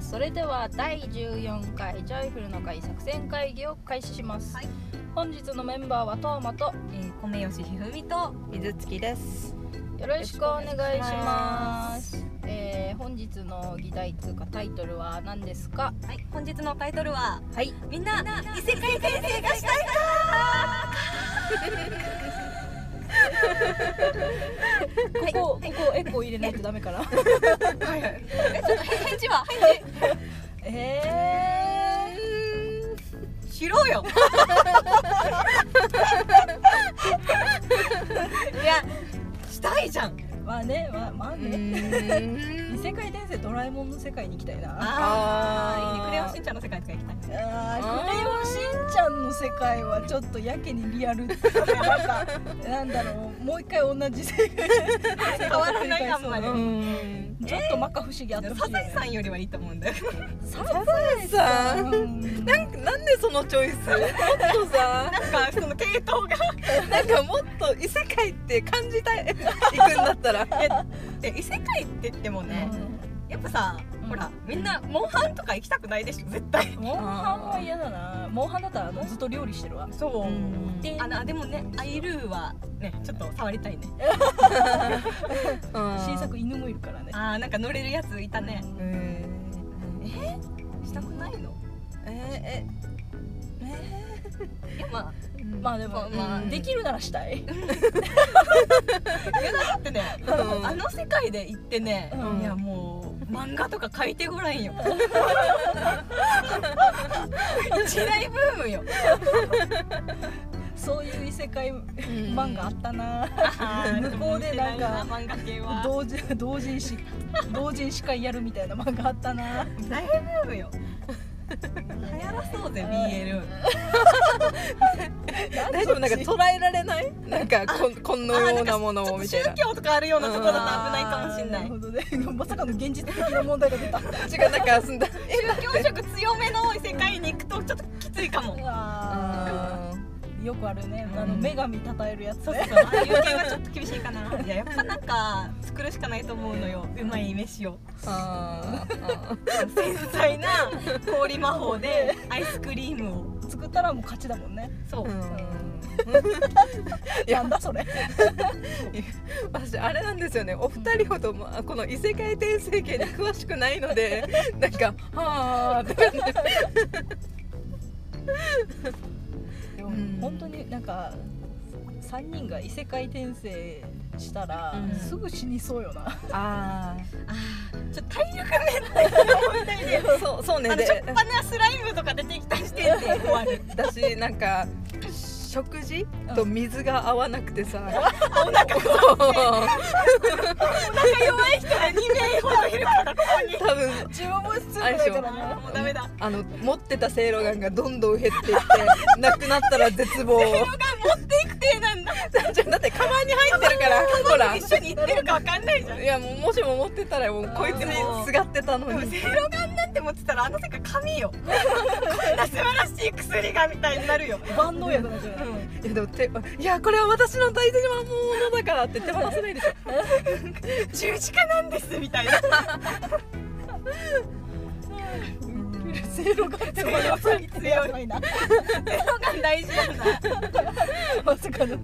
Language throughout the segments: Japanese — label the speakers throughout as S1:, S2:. S1: それでは第14回ジョイフルの会作戦会議を開始します、
S2: はい
S1: 本日のメンバーはトーマと
S2: えー、米吉ひふみと水月です。
S1: よろしくお願いしますえー本日の議題というかタイトルは何ですか
S2: はい、本日のタイトルは
S1: はい
S2: みんな異世界転生がしたい
S1: ここ、ここエコー入れないとダメ かな
S2: 返事は
S1: え
S2: 知ろうよ。いや、したいじゃん。
S1: ー、まあねまあまあね、異世界転生ドラえもんの世界に行きたいなあ
S2: あーいいね。クレヨンしんちゃんの世界とか行きたい。
S1: ークレヨンしんちゃんの世界はちょっとやけにリアルって いうかなんかなんだろうもう一回同じ世界
S2: 変わらないあんまり
S1: うちょっと摩訶不思議あってほ
S2: サ
S1: しい
S2: ザエ
S1: ね
S2: さんよりはいいと思うんだよ。
S1: サザエ
S3: さん
S1: うん
S3: なんかなんでそのチョイスもっとさ
S2: なんかその系統が。
S3: なんかもっと異世界って感じたい行くんだったら
S2: で異世界って言ってもね、
S1: う
S2: やっぱさ、
S1: うん
S2: ほらみんなモンハンとか行きたくないでしょ絶対。
S1: んモンハンは嫌だなモンハンだったらもうずっと料理してるわ
S2: そう
S3: うん
S1: で
S2: あのでもねアイルーはねちょっと触りたいね
S1: 新
S3: 新
S1: 作犬もいるからね
S2: あーなんか乗れるやついたね
S1: う
S3: うんん
S2: したくないの
S3: えーえ
S2: いやまあ
S3: ー
S1: まあでも、
S2: まあまあ
S1: うんできるならしたい、
S2: いやだってね
S3: うん
S2: あの世界で行ってね、
S1: うん
S2: いやもう漫画とか書いてごらんよ一大ブームよ
S1: そういう異世界
S3: うん
S1: 漫画あったな、向こうでなんか
S2: 漫画系は
S1: 同時同人誌同人誌会やるみたいな漫画あったな
S2: 大ブー ムよ流行らそうぜ BL
S3: 大丈夫なんか捉えられないなんかこんこんのようなもの
S2: ちょ
S3: を
S2: っと
S3: みたい
S2: 宗
S3: な
S2: 教とかあるようなところだと危ないかもしん
S1: あ
S2: な
S1: ー
S2: い
S1: るほどね まさかの現実的な問題が出た
S3: 違うなんかすんだ
S2: 宗教色強めの世界に行くとちょっときついかも
S1: あーよくあるねあの
S3: うん
S1: 女神称えるやつ
S2: そう
S1: ね
S2: そう、ああいう系はちょっと厳しいかな。いや、やっぱなんか作るしかないと思うのよ。うまい飯を。
S3: あー
S2: 繊細な氷魔法でアイスクリームを。
S1: 作ったらもう勝ちだもんね
S2: そうう。
S3: んい
S1: な
S3: や
S1: んだそ れ
S3: 私あれなんですよねお二人ほどまあこの異世界転生系に詳しくないのでなんかはあって感じ
S1: でも
S3: うん
S1: 本当になんか3人が異世界転生したら、
S2: うん
S1: すぐ死にそうよな
S3: あ
S2: ちょっと体力面
S3: あそうそうね
S2: あの
S3: で
S2: しょっぱなスライムとか出てきた時点で終わ る。
S3: だしなんか食事と水が合わなくてさ、
S2: 弱い人が2名ほどいるからここに。
S3: 多分
S1: 自分も失
S3: あれ
S1: 礼
S3: でし
S1: だ
S3: ょ
S1: からな
S2: もうダメだ。
S3: あの持ってたセいろがんがどんどん減っていってなくなったら絶望
S2: 持っていく手 なんだ。
S3: じゃあだってカバンに入 ってるからほら
S2: 一緒に行ってるかわかんないじゃん。
S3: いやもうもしも持ってたらもうこいつにすがってたの
S2: でも
S3: に
S2: セイロガンなんて持ってたらあの世界神よこんな素晴らしい薬がみたいになるよ、
S1: 万能薬なんじゃ ない、
S2: う
S3: いやでも手いやこれは私の大事なものだからって手放せないでしょ
S2: ん、十字架なんですみたいな
S1: セイロガンって
S2: 強い強い
S1: ばいな
S2: のが大事なんだ
S1: まさかの
S2: い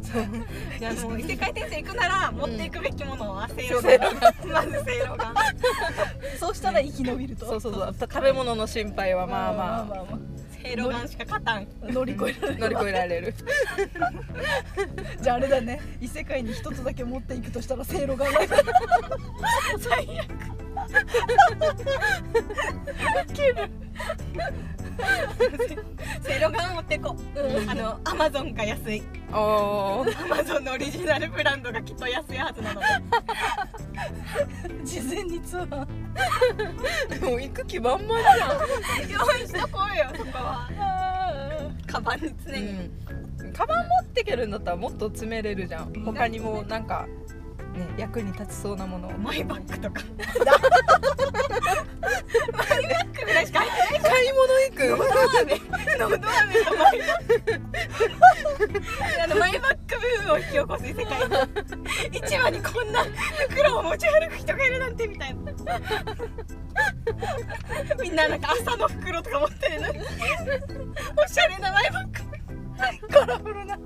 S2: やもう異世界転生行くなら持っていくべきものはセイロ
S3: セイ
S2: ガン、まずセイロガン
S1: そうしたら生き延びると
S3: そうそう そう食べ物の心配はまあまあ
S1: まあま
S2: セイロガンしか勝たん
S1: あ乗り越えられる
S3: 乗り越えら れる
S1: じゃああれだね異世界に一つだけ持っていくとしたらセイロガンだ
S2: 最悪セイロガン持ってこあのアマゾンが安い
S3: おー
S2: アマゾンのオリジナルブランドがきっと安いはずなの
S1: 事前にツアー
S3: でも行く気満々じゃん
S2: 用意しとこうよそこはカバンに常に、
S3: うん、カバン持ってけるんだったらもっと詰めれるじゃん他にもなんか、ね、役に立ちそうなものを
S2: マイバッグとかマイバッグぐらいしか入って
S3: 買い物行く
S2: ないのど飴とマイバッグあのマイバッグブームを引き起こす世界に市場にこんな袋を持ち歩く人がいるなんてみたいなみんななんか朝の袋とか持ってるのにおしゃれな前ばっかりカラフルな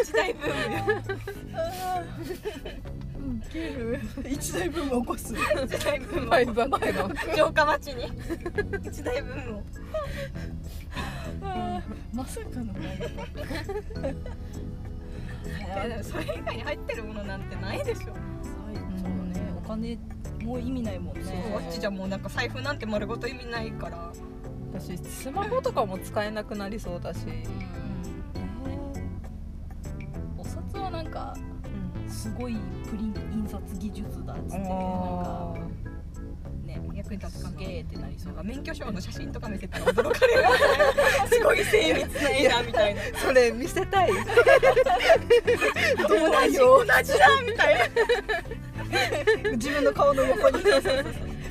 S2: 一大ブームよ
S1: うん切る一大ブーム起こす
S2: 一大ブーム
S3: バイバイバイバイ
S2: 城下町に一大ブームを
S1: あ ーまさかの前ばっか
S2: いや
S1: り
S2: で
S1: はい
S2: もそれ以外に入ってるものなんてないでしょ
S1: そうねお金もう意味ないもんね
S2: そうあっちじゃもうなんか財布なんて丸ごと意味ないから
S3: 私スマホとかも使えなくなりそうだし、
S1: お札はなんか
S3: うん、
S1: すごいプリン印刷技術だっつってなん
S3: あ
S1: かね
S2: 役に立つか
S1: す
S2: な
S1: げーってなりそうだ
S2: 免許証の写真とか見せたら驚かれる すごい精密な絵だみたいな
S3: ーそれ見せたいどうだ
S2: 同
S3: よ
S2: じだみたいな
S1: 自分の顔の横に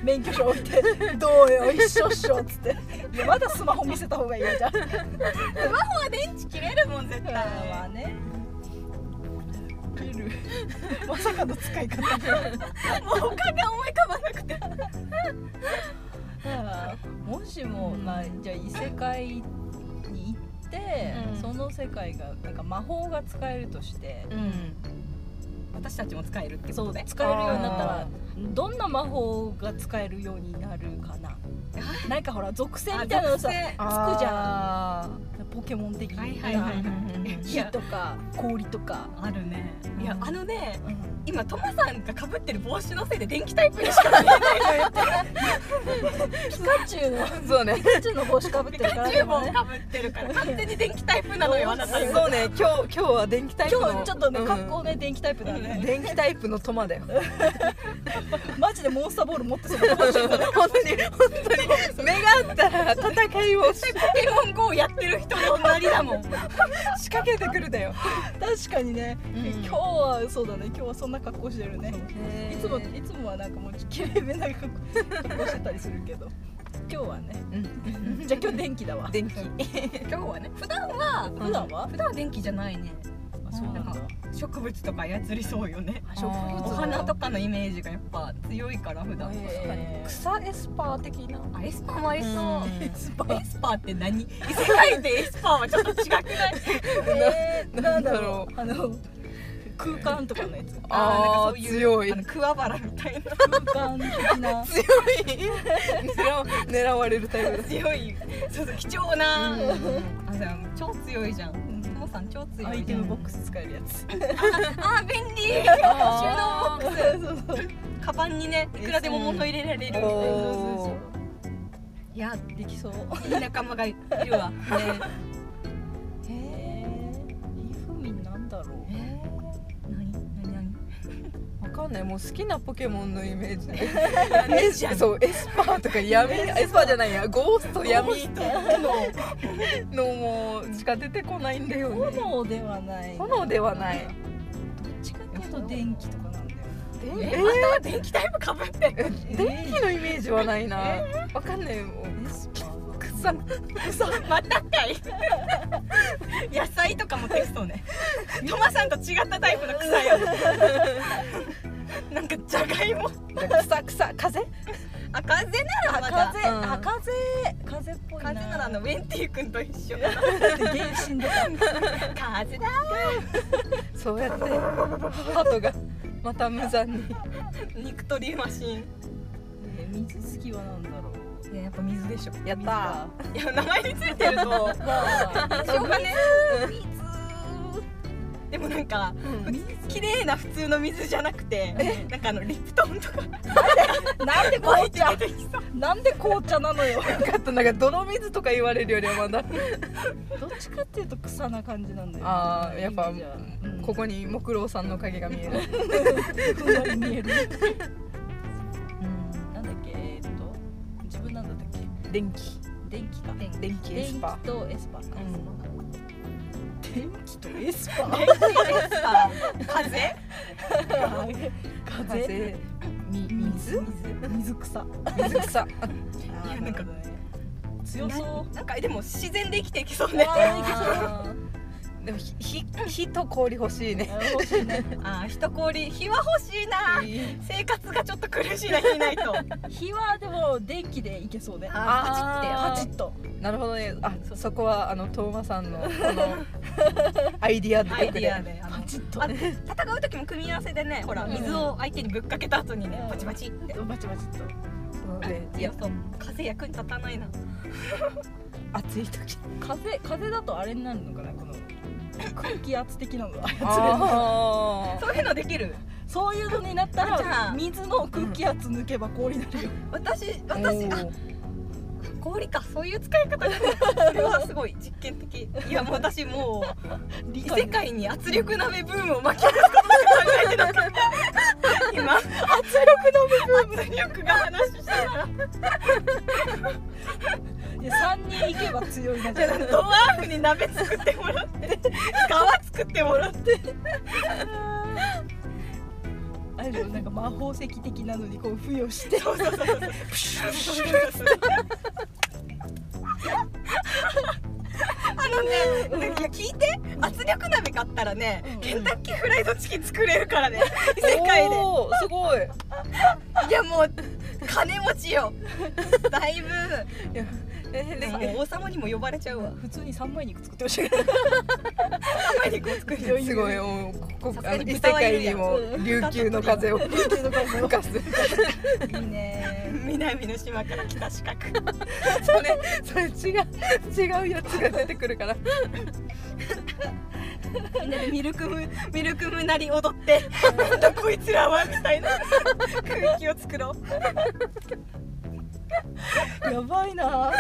S1: 免許証置いて「どうよ一緒っしょ」っつっていやまだスマホ見せた方がいいよじゃん
S2: スマホは電池切れるもん絶対
S1: まあね まさかの使い方で
S2: もう他が思い浮かばなくて
S1: だからもしも、まあ、じゃあ異世界に行って、
S2: うん
S1: その世界がなんか魔法が使えるとして、
S3: うん
S2: 私たちも使えるってこ
S1: そ
S2: と
S1: う
S2: ね
S1: 使えるようになったら
S3: あ
S1: どんな魔法が使えるようになるかななんかほら属性
S2: あ
S1: みたいなのさ
S2: 属性
S1: つくじ
S3: ゃん
S1: ポケモン的
S2: はい
S1: な、
S2: はいはいい
S1: 火
S2: や
S1: とか氷とか、
S2: あるねいやあのね
S1: うん
S2: 今トマさんがかぶってる帽子のせいで電気タイプにしか見え ないのよ
S1: ピカチュウの
S3: そうね
S1: ピカチュウの帽子かぶって
S2: ピ
S1: るから
S2: カチ
S1: ね
S2: ュウもかぶってるから完全に電気タイプなのよあなた今
S3: そうね今日今日は電気タイプの
S1: 今日ちょっとね
S3: うん
S1: 格好ね電気タイプだね
S3: 電気タイプのトマだよ
S1: マジでモンスターボール持ってそう
S3: 本 当に本当に目があったら戦いをし
S2: ポケモン GO やってる人の隣だ もん
S3: 仕掛けてくるだよ
S1: 確かにね、
S3: うん
S1: 今日はそうだね今日はそんな格好してるねいつも
S3: う
S1: いつもはなんかもうきれいめな格好格好してたりするけど今日はね
S3: ん
S1: じゃあ今日電気だわ
S3: 電気
S2: 今日はね普段は
S1: 普段は
S2: 普段は電気じゃないね
S1: あそうなんだ
S2: なんか植物とか操りそうよね
S1: 植物
S2: お花とかのイメージがやっぱ強いから普段
S1: へえ
S3: 草エスパー的な
S2: あエスパーもありそう、
S3: うん
S1: エスパ
S2: エスパーって何異世界でエスパーはちょっと違くない
S1: えーなんだろ
S3: なんだろ
S1: うあの空間とかのやつ
S3: あー強 い
S2: あの桑原みたいな
S1: 空間的な
S3: 強い狙わ狙われるタイプ
S2: 強いそうそう貴重な、
S3: う
S2: あじゃあ超強いじゃんトモさん超強
S1: ア
S2: い
S1: イ
S2: じ
S1: テ
S2: ゃ
S1: ム
S2: ん
S1: ボックス使えるやつ
S2: あー便利
S3: あ
S1: 収納ボックスそうそう
S2: カバンにねいくらでも物入れられる
S3: おー
S1: そう
S2: いや
S1: そうできそう
S2: いい仲間がいるわ、ね、
S1: へえひふみんなんだろう
S2: え何何何
S3: わかんないもう好きなポケモンのイメージ
S2: 闇じゃん
S3: そうエスパーとか闇エスパーじゃないやゴースト闇のもうしか出てこないんだよね
S1: 炎ではないどっ
S3: 炎ではない
S1: ちかっていうと電気とかなんだよ
S3: 電
S2: えまた電気タイプかぶってる
S3: 電気のイメージはないなわかんないもう
S1: エスパー
S3: 草
S2: またかい野菜とかもテストねトマさんと違ったタイプの草やなんかじゃがいも
S3: 草草風
S2: あ風邪ならまだ
S1: 風、
S3: うん
S1: あ風風っぽいな
S2: 風邪ならあのウェンティ君と一緒だな
S1: 原神とか
S2: 風だ
S3: そうや ってハートがまた無残に
S2: 肉取りマシン
S1: えー水好きはなんだろう
S2: いややっぱ水でしょ
S3: やった
S2: いや名前についてると
S1: まあ
S2: しょうがねでもなんか
S3: ー
S2: 綺麗な普通の水じゃなくてなんかあのリプトンとか
S1: なんで
S2: 湧
S1: 紅
S2: いて出
S1: 茶
S2: てきそう
S1: なんで紅茶なのよ
S3: よかったなんか泥水とか言われるよりはまだ
S1: どっちかっていうと草な感じなんだよ
S3: あーやっぱ
S1: うん
S3: ここに木郎さんの影が見える
S1: ふんわり見えるなんだっけえーっと自分なんだったっけ
S3: 電気
S1: 電気か
S2: 電気
S3: 電気エ
S1: 電
S3: ス
S1: 気
S3: パー
S1: とエスパーか、電気とエスパー
S2: 風
S1: 風
S3: み水
S1: 水水草
S3: 水草
S1: い
S2: やなんか
S1: 強そう
S2: なんかでも自然で生きていきそうね
S1: あーいけそう
S3: でも火火と氷欲しいね
S1: 欲しいね
S2: ああ一氷日は欲しいな生活がちょっと苦しいな日 ないと
S1: 火はでも電気でいけそうね
S2: あ
S1: パ
S2: パチ
S1: チ
S2: ッて
S1: ッと
S3: なるほどねあそこはあのトーマさんのこのアイディア
S2: アイ
S3: 力
S2: デ
S3: で
S2: ィアであの
S1: パチッと
S2: あ戦う時も組み合わせでねほら
S1: うん
S2: 水を相手にぶっかけた後にね
S1: うん
S2: パチパチって
S1: バチバチっと
S3: で
S2: いやそう風役に立たないな
S3: 暑い時
S1: 風風だとあれになるのかなこの空気圧的なのが操れる
S3: あ
S2: そういうのできる
S1: そういうのになった
S2: あじゃ
S1: ら
S2: あ
S1: 水の空気圧抜けば氷になるよ
S2: 私
S3: ー
S2: 私
S3: お
S2: あ
S3: ー
S2: 氷かそういう使い方がそれはすごい実験的いやもう私もう
S1: 理
S2: 異世
S1: 解
S2: 界に圧力鍋ブームを巻き起こすことしか考えてなかった今圧力鍋ブーム圧力が話したら
S1: で3人行けば強いなじゃ
S2: ドワーフに鍋作ってもらって皮作ってもらって
S1: あれでもなんか魔法石的なのにこう付与して
S2: そうそうそうそう
S1: プシュッ
S2: あのね、いや聞いて圧力鍋買ったらね、
S1: うん
S2: ケンタッキーフライドチキン作れるからね異世界で
S3: おーすごい
S2: いやもう金持ち よだいぶ
S3: いやえ ーでも
S2: でも王様にも呼ばれちゃうわ
S1: 普通に三枚肉作ってましたけど
S2: 甘い肉を作るよ
S3: すごいおーここ
S2: さす
S3: あ
S2: が
S3: の
S2: に
S3: 異世
S2: 豚はい
S3: 界
S2: る
S3: に
S2: やん
S3: も琉球の風を吹かす
S1: いいね
S2: 南の島から来た四角
S3: それそれ違う違うやつが出てくるから
S2: みんなでミルクム ミルクムなり踊ってなんだこいつらはみたいな空気を作ろう
S1: やばいな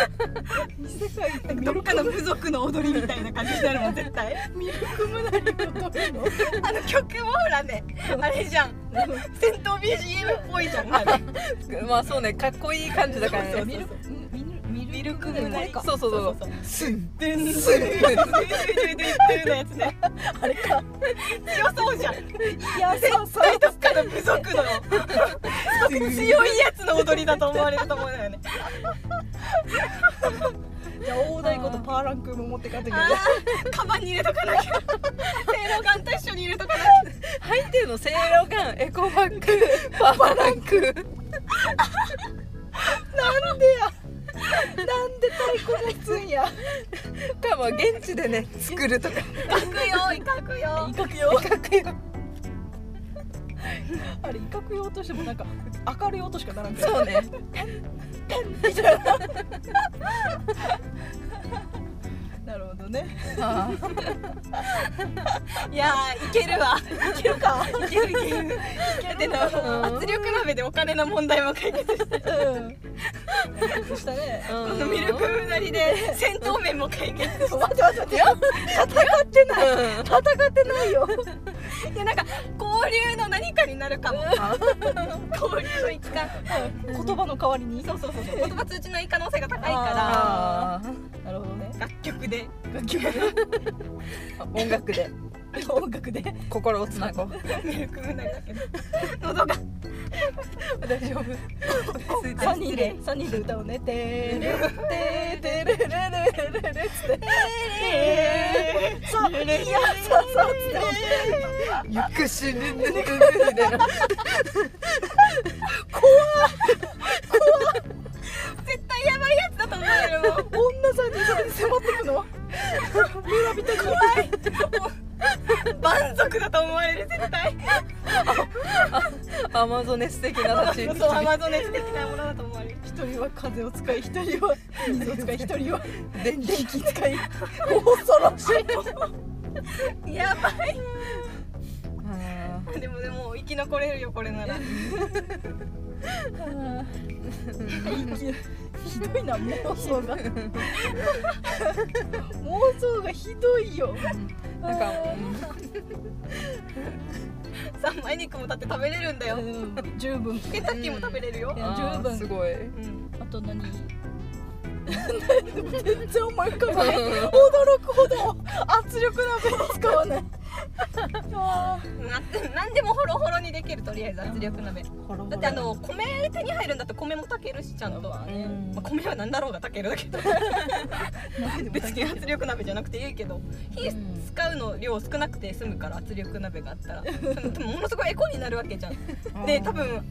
S1: 異世界ってミ
S2: どっ
S1: ル
S2: か
S1: ク
S2: の部族の踊りみたいな感じになるもん絶対
S1: ミルクムナリを取るの
S2: あの曲もほらねあれ じゃん戦闘 BGM っぽいじゃんあれ
S3: まあそうねかっこいい感じだからね
S1: ミルクミルミル
S2: ミルクム
S1: ム
S2: な
S1: ナ
S2: り
S1: リ
S2: か
S1: か
S3: そうそうそう
S2: そう
S3: スン
S2: でん
S3: スン
S2: のやつねあれか強そうじゃん
S1: いやそうそう
S2: どっかの部族の強いやつの踊りだと思われると思うんだよね
S1: じゃあ大太鼓とパーランクーも持って帰ってくる
S2: あーカバンに入れとかなきゃセイロガンと一緒に入れとかなきゃ
S3: 入ってるのセイロガンエコバッグパワーランク
S1: なんでやなんで太鼓持つんや
S3: かまあ現地でね作るとか
S2: 書くよ威嚇よ
S1: 威嚇用
S3: かっこいいよ
S1: あれ威嚇用としてもなんか明るい音しかならんから
S3: そうね
S1: なるほどね
S3: あ
S2: いやーいけるわ
S1: いけるか
S2: いけるいけるでも
S3: うん
S2: 圧力鍋でお金の問題も解決して
S1: うんしたね
S3: あ
S2: このミルクムなりで戦闘面も解決して
S1: 待って待って待って戦ってない戦ってないよ
S2: いやなんか交流の何かになるかも交流の一環
S1: 言葉の代わりに
S2: そうそうそうそう言葉通じない可能性が高いか
S3: あ
S1: なるほどね
S2: ら楽曲で
S1: 楽曲
S3: ー音楽で
S1: 音楽で
S3: 心をつなごう
S2: ミルクムなりだけど喉が
S3: 大丈夫
S1: 三人で三人で歌うねてーれてーてーれれれれれれっつって
S2: え
S1: そういやそうそうっつって
S3: ゆくしぬぬぬぬ ぬ
S2: ー、絶対やばいやつだと思われるもん
S1: 女さんにそれで迫ってくの村人に
S2: 蛮族だと思われる絶対
S3: アマゾネス的な立ち位置
S2: そうアマゾネス的なものだと思われる
S1: 一人は風を使い一人は水を使い一人は電気使い恐ろ し
S2: やばい
S3: あ
S2: でもでも生き残れるよこれなら
S1: いひどいな妄想が妄想がひどいよ
S3: ーなんか、うん
S2: 三枚肉もだって食べれるんだよ
S1: うん十分
S2: ケンタッキーも食べれるよ
S1: い、や
S3: あー
S1: 十分
S3: すごい
S2: うん、
S1: あと何 全然思い浮かばない
S3: うん
S1: 驚くほど 圧力鍋に使わないあ
S2: ななんでもホロホロにで炊けるとりあえず圧力鍋
S1: ほろほろ
S2: だってあの米手に入るんだったら米も炊けるしちゃんとはね、
S3: うん
S2: まあ、米は何だろうが炊けるだけど別に圧力鍋じゃなくていいけど火
S3: うん
S2: 使うの量少なくて済むから圧力鍋があ ったらでもものすごいエコになるわけじゃんで多分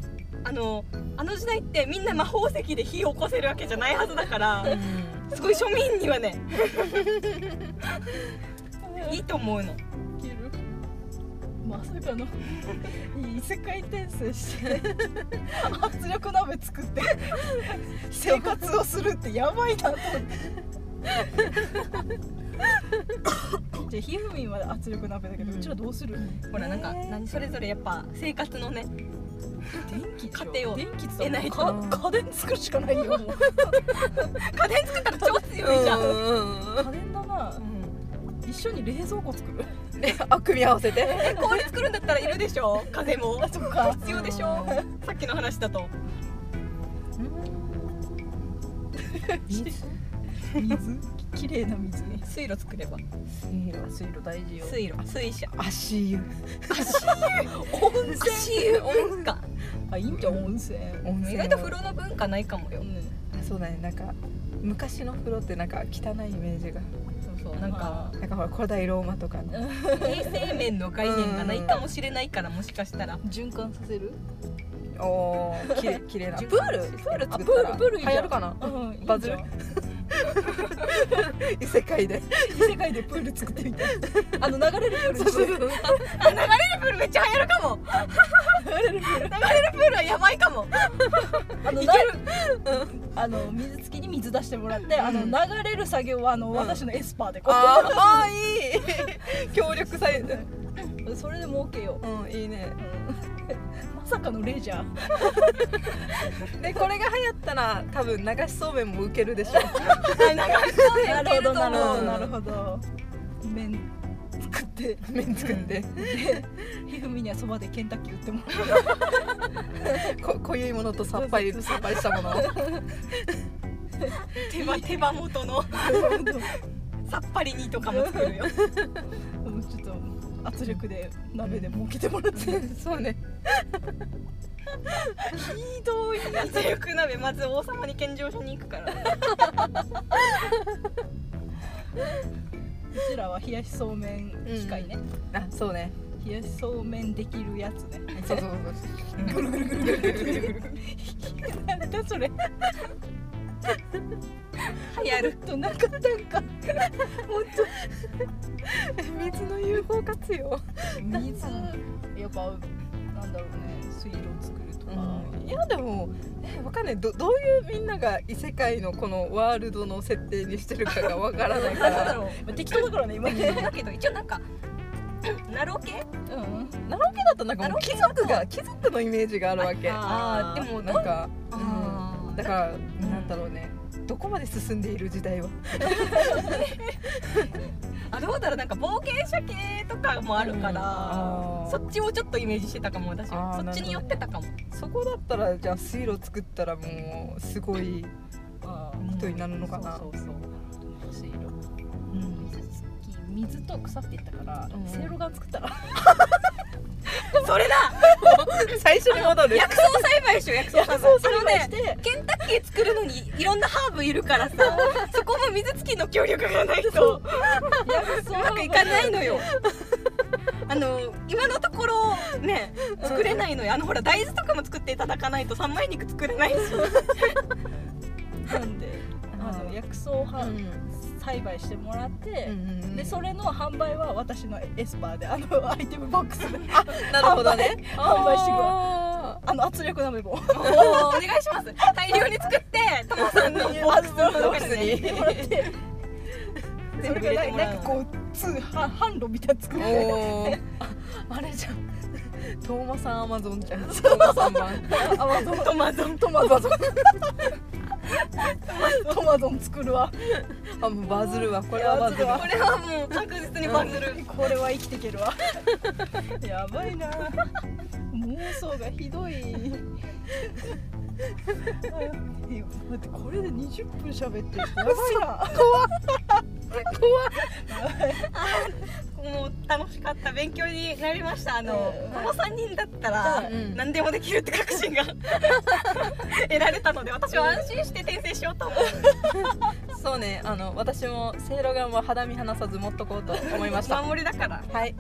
S2: あのあの時代ってみんな魔法石で火起こせるわけじゃないはずだからすごい庶民にはねいいと思うの
S1: きるまさかの異世界転生して圧力鍋作って生活をするってやばいなと思ってじゃあひふみんは圧力鍋だけど、う
S3: うん
S1: ちらどうする
S2: ほらなんか
S3: えー
S2: 何それぞれやっぱ生活のね
S1: 電気でしょ
S2: 家庭を
S1: 電気って
S2: 得ないと
S1: か家電作るしかないよも
S2: 家
S1: う
S2: 電作ったら超強いじゃん、
S1: 家電だな一緒に冷蔵庫作る
S3: であ組み合わせて
S2: え氷作るんだったらいるでしょ風も
S1: あそっか
S2: 必要でしょさっきの話だと
S3: 水
S1: 水きれいな水に
S2: 水路作れば
S3: 水路大事
S2: 水路水車
S3: 足湯
S2: 温泉温泉か
S1: あいいんじゃん温泉
S3: 温
S2: 意外と風呂の文化ないかもよ
S3: そうだねなんか昔の風呂ってなんか汚いイメージが
S2: そうそうなんか
S3: なんかほら古代ローマとかの
S2: 衛生面の概念がないかもしれないからもしかしたら
S1: 循環させる
S3: おーきれきれいなプ
S2: 循
S3: ー
S2: 環
S3: ル
S2: システム
S3: プール作
S1: あ
S3: っ
S1: プー
S3: た
S1: ル
S3: ら
S1: プールいいじゃん
S3: 流行るかな
S1: うんいいじゃん
S3: バズる 異世界で
S1: 異世界でプール作ってみたいあの流れるプール
S3: そうそうそう
S2: あ流れるプールめっちゃ流行るかも流れるプールはやばいかも
S1: あの
S2: い
S1: な
S2: ける
S1: あの水付きに水出してもらって、あの
S3: うん
S1: 流れる作業はあの、
S3: ん
S1: 私のエスパーでこ
S3: あーあーいい 協力さえ
S1: うそれで儲けよ
S3: うんいいね
S1: う、うん、 まさかのレジャー
S3: でこれが流行ったら多分流しそうめんも受けるでし ょ
S1: なるほどなるほ
S3: う
S1: ど
S3: ん
S1: なるほど麺作って
S3: 麺作って
S1: ひふみにはそばでケンタッキー売ってもら
S3: こ濃ゆいものとさっぱりさっぱりしたもの
S2: 手羽手羽元の さっぱりにとかも作るよ
S1: うもうちょっと圧力で鍋で儲けてもらって
S3: そうね
S2: ひどい圧力鍋まず王様に献上しに行くから
S1: うちらは冷やしそうめん機械ね、
S3: あそうね
S1: 冷やしそうめんできるやつね
S3: そうそう そうそう
S1: なんだそれ
S2: やる
S1: となかったんか
S3: 水の有効活用
S1: 水やっぱなんだろうね水路を作るとか、
S3: いやでもえわかんないどどういうみんなが異世界のこのワールドの設定にしてるかがわから ない
S2: な
S3: か
S2: んだ
S3: ら
S2: ろう
S1: まあ、適当だからね今ね
S2: だけど一応なんかナロ系
S1: うん
S3: 長家だとなんかもう貴族が貴族のイメージがあるわけ
S2: あーでも
S3: なんか、うん、
S2: あー
S3: だから、なんだろうねどこまで進んでいる時代は
S2: あどうだろうなんか冒険者系とかもあるから、
S3: うんあー
S2: そっちをちょっとイメージしてたかも私は
S3: あー
S2: そっちに寄ってたかも
S3: そこだったらじゃあ水路作ったらもうすごい人になるのかな
S1: そうそうそう水路水付き水と草って言ったから、
S3: うん
S1: せいろがん作ったら
S2: それだ
S3: 最初に戻る
S2: 薬草栽培しよう薬草栽培
S1: それを
S2: あのね
S1: して
S2: ケンタッキー作るのにいろんなハーブいるから さそこも水付きの協力がないと
S1: 薬
S2: う
S1: 草
S2: まくいかないのよあの今のところね作れないのよあのほら大豆とかも作っていただかないと三枚肉作れないし
S1: なんであの薬草をは
S3: うん
S1: 栽培してもらって、
S3: うんうんうん
S1: でそれの販売は私のエスパーであのアイテムボックスで
S3: なるほどね
S1: 販売してくわ
S3: あ
S1: あの圧力鍋も
S2: お願いします大量に作ってトモさんのボ ックスの
S1: ボッ
S2: 中
S1: クス
S2: に
S1: にもらってそれがないなんかこう通販販路みたいなの作
S3: ー
S1: って
S3: おーああれじゃんトーマさんアマゾンじゃんトーマさん版
S1: アマゾン
S2: トマゾン
S1: トマゾントマゾン作るわ
S3: あもうバズるわこれはバズるわ
S2: これはもう確実にバズる、
S1: これは生きていけるわやばいな妄想がひどいいや待ってこれで20分喋ってるやばいな
S2: もう楽しかった勉強になりましたあの、
S1: うん
S2: この3人だった
S1: う
S2: ら
S3: ん
S2: 何でもできるって確信 が得られたので私は安心して転生しようと思う
S3: そうねあの私もせいろがんは肌身離さず持っとこうと思い ました
S2: 守りだから
S3: はい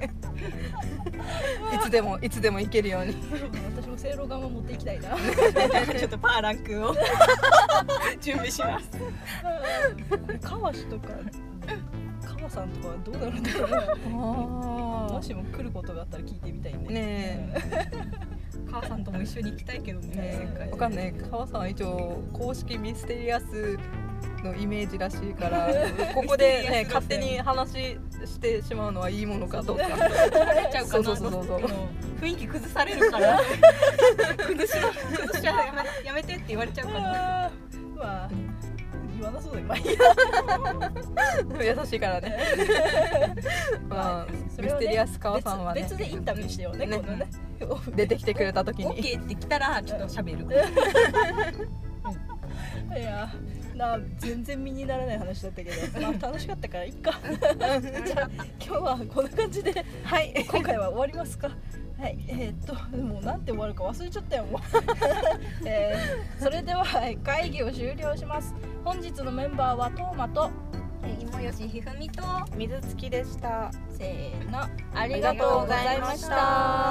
S3: いつでもいつでも行けるように
S1: 私もせいろがんは持っていきたいな
S2: ちょっとパーランク を準備します
S1: 川氏とか川さんとかはどうなるんだろうなもしも来ることがあったら聞いてみたいね
S3: ねえ
S2: 母さんとも一緒に行きたいけどね
S3: ね
S2: 世界
S3: わかんない川さんは一応公式ミステリアスのイメージらしいからここで、
S2: ミステリアス路
S3: ね、
S2: 線
S3: 勝手に話してしまうのはいいものかどうか
S2: バレちゃうかな
S3: そうそうそうそう
S2: でも雰囲気崩されるから 崩しな崩しちゃうやめやめてって言われちゃうから
S1: あーまあ言わなそうだよまあいいや
S3: 優しいからねまあ、
S1: そ
S3: ミ
S1: れはね
S3: ステリアス川さんはね
S1: 別別でインタビューしてよね
S3: ね
S1: 今度ね
S3: 出てきてくれた 時
S2: オッ
S3: に
S2: ケーって来たらちょっと喋る
S1: いやな全然身にならない話だったけ ど、まあ、楽しかったからいっかじゃあ今日はこんな感じで
S3: はい
S1: 今回は終わりますかはいえーっともうなんて終わるか忘れちゃったよもう、えーそれでははい会議を終了します本日のメンバーはトーマと
S2: 今吉ひふみと
S3: 水月でした
S1: せーのありがとうございました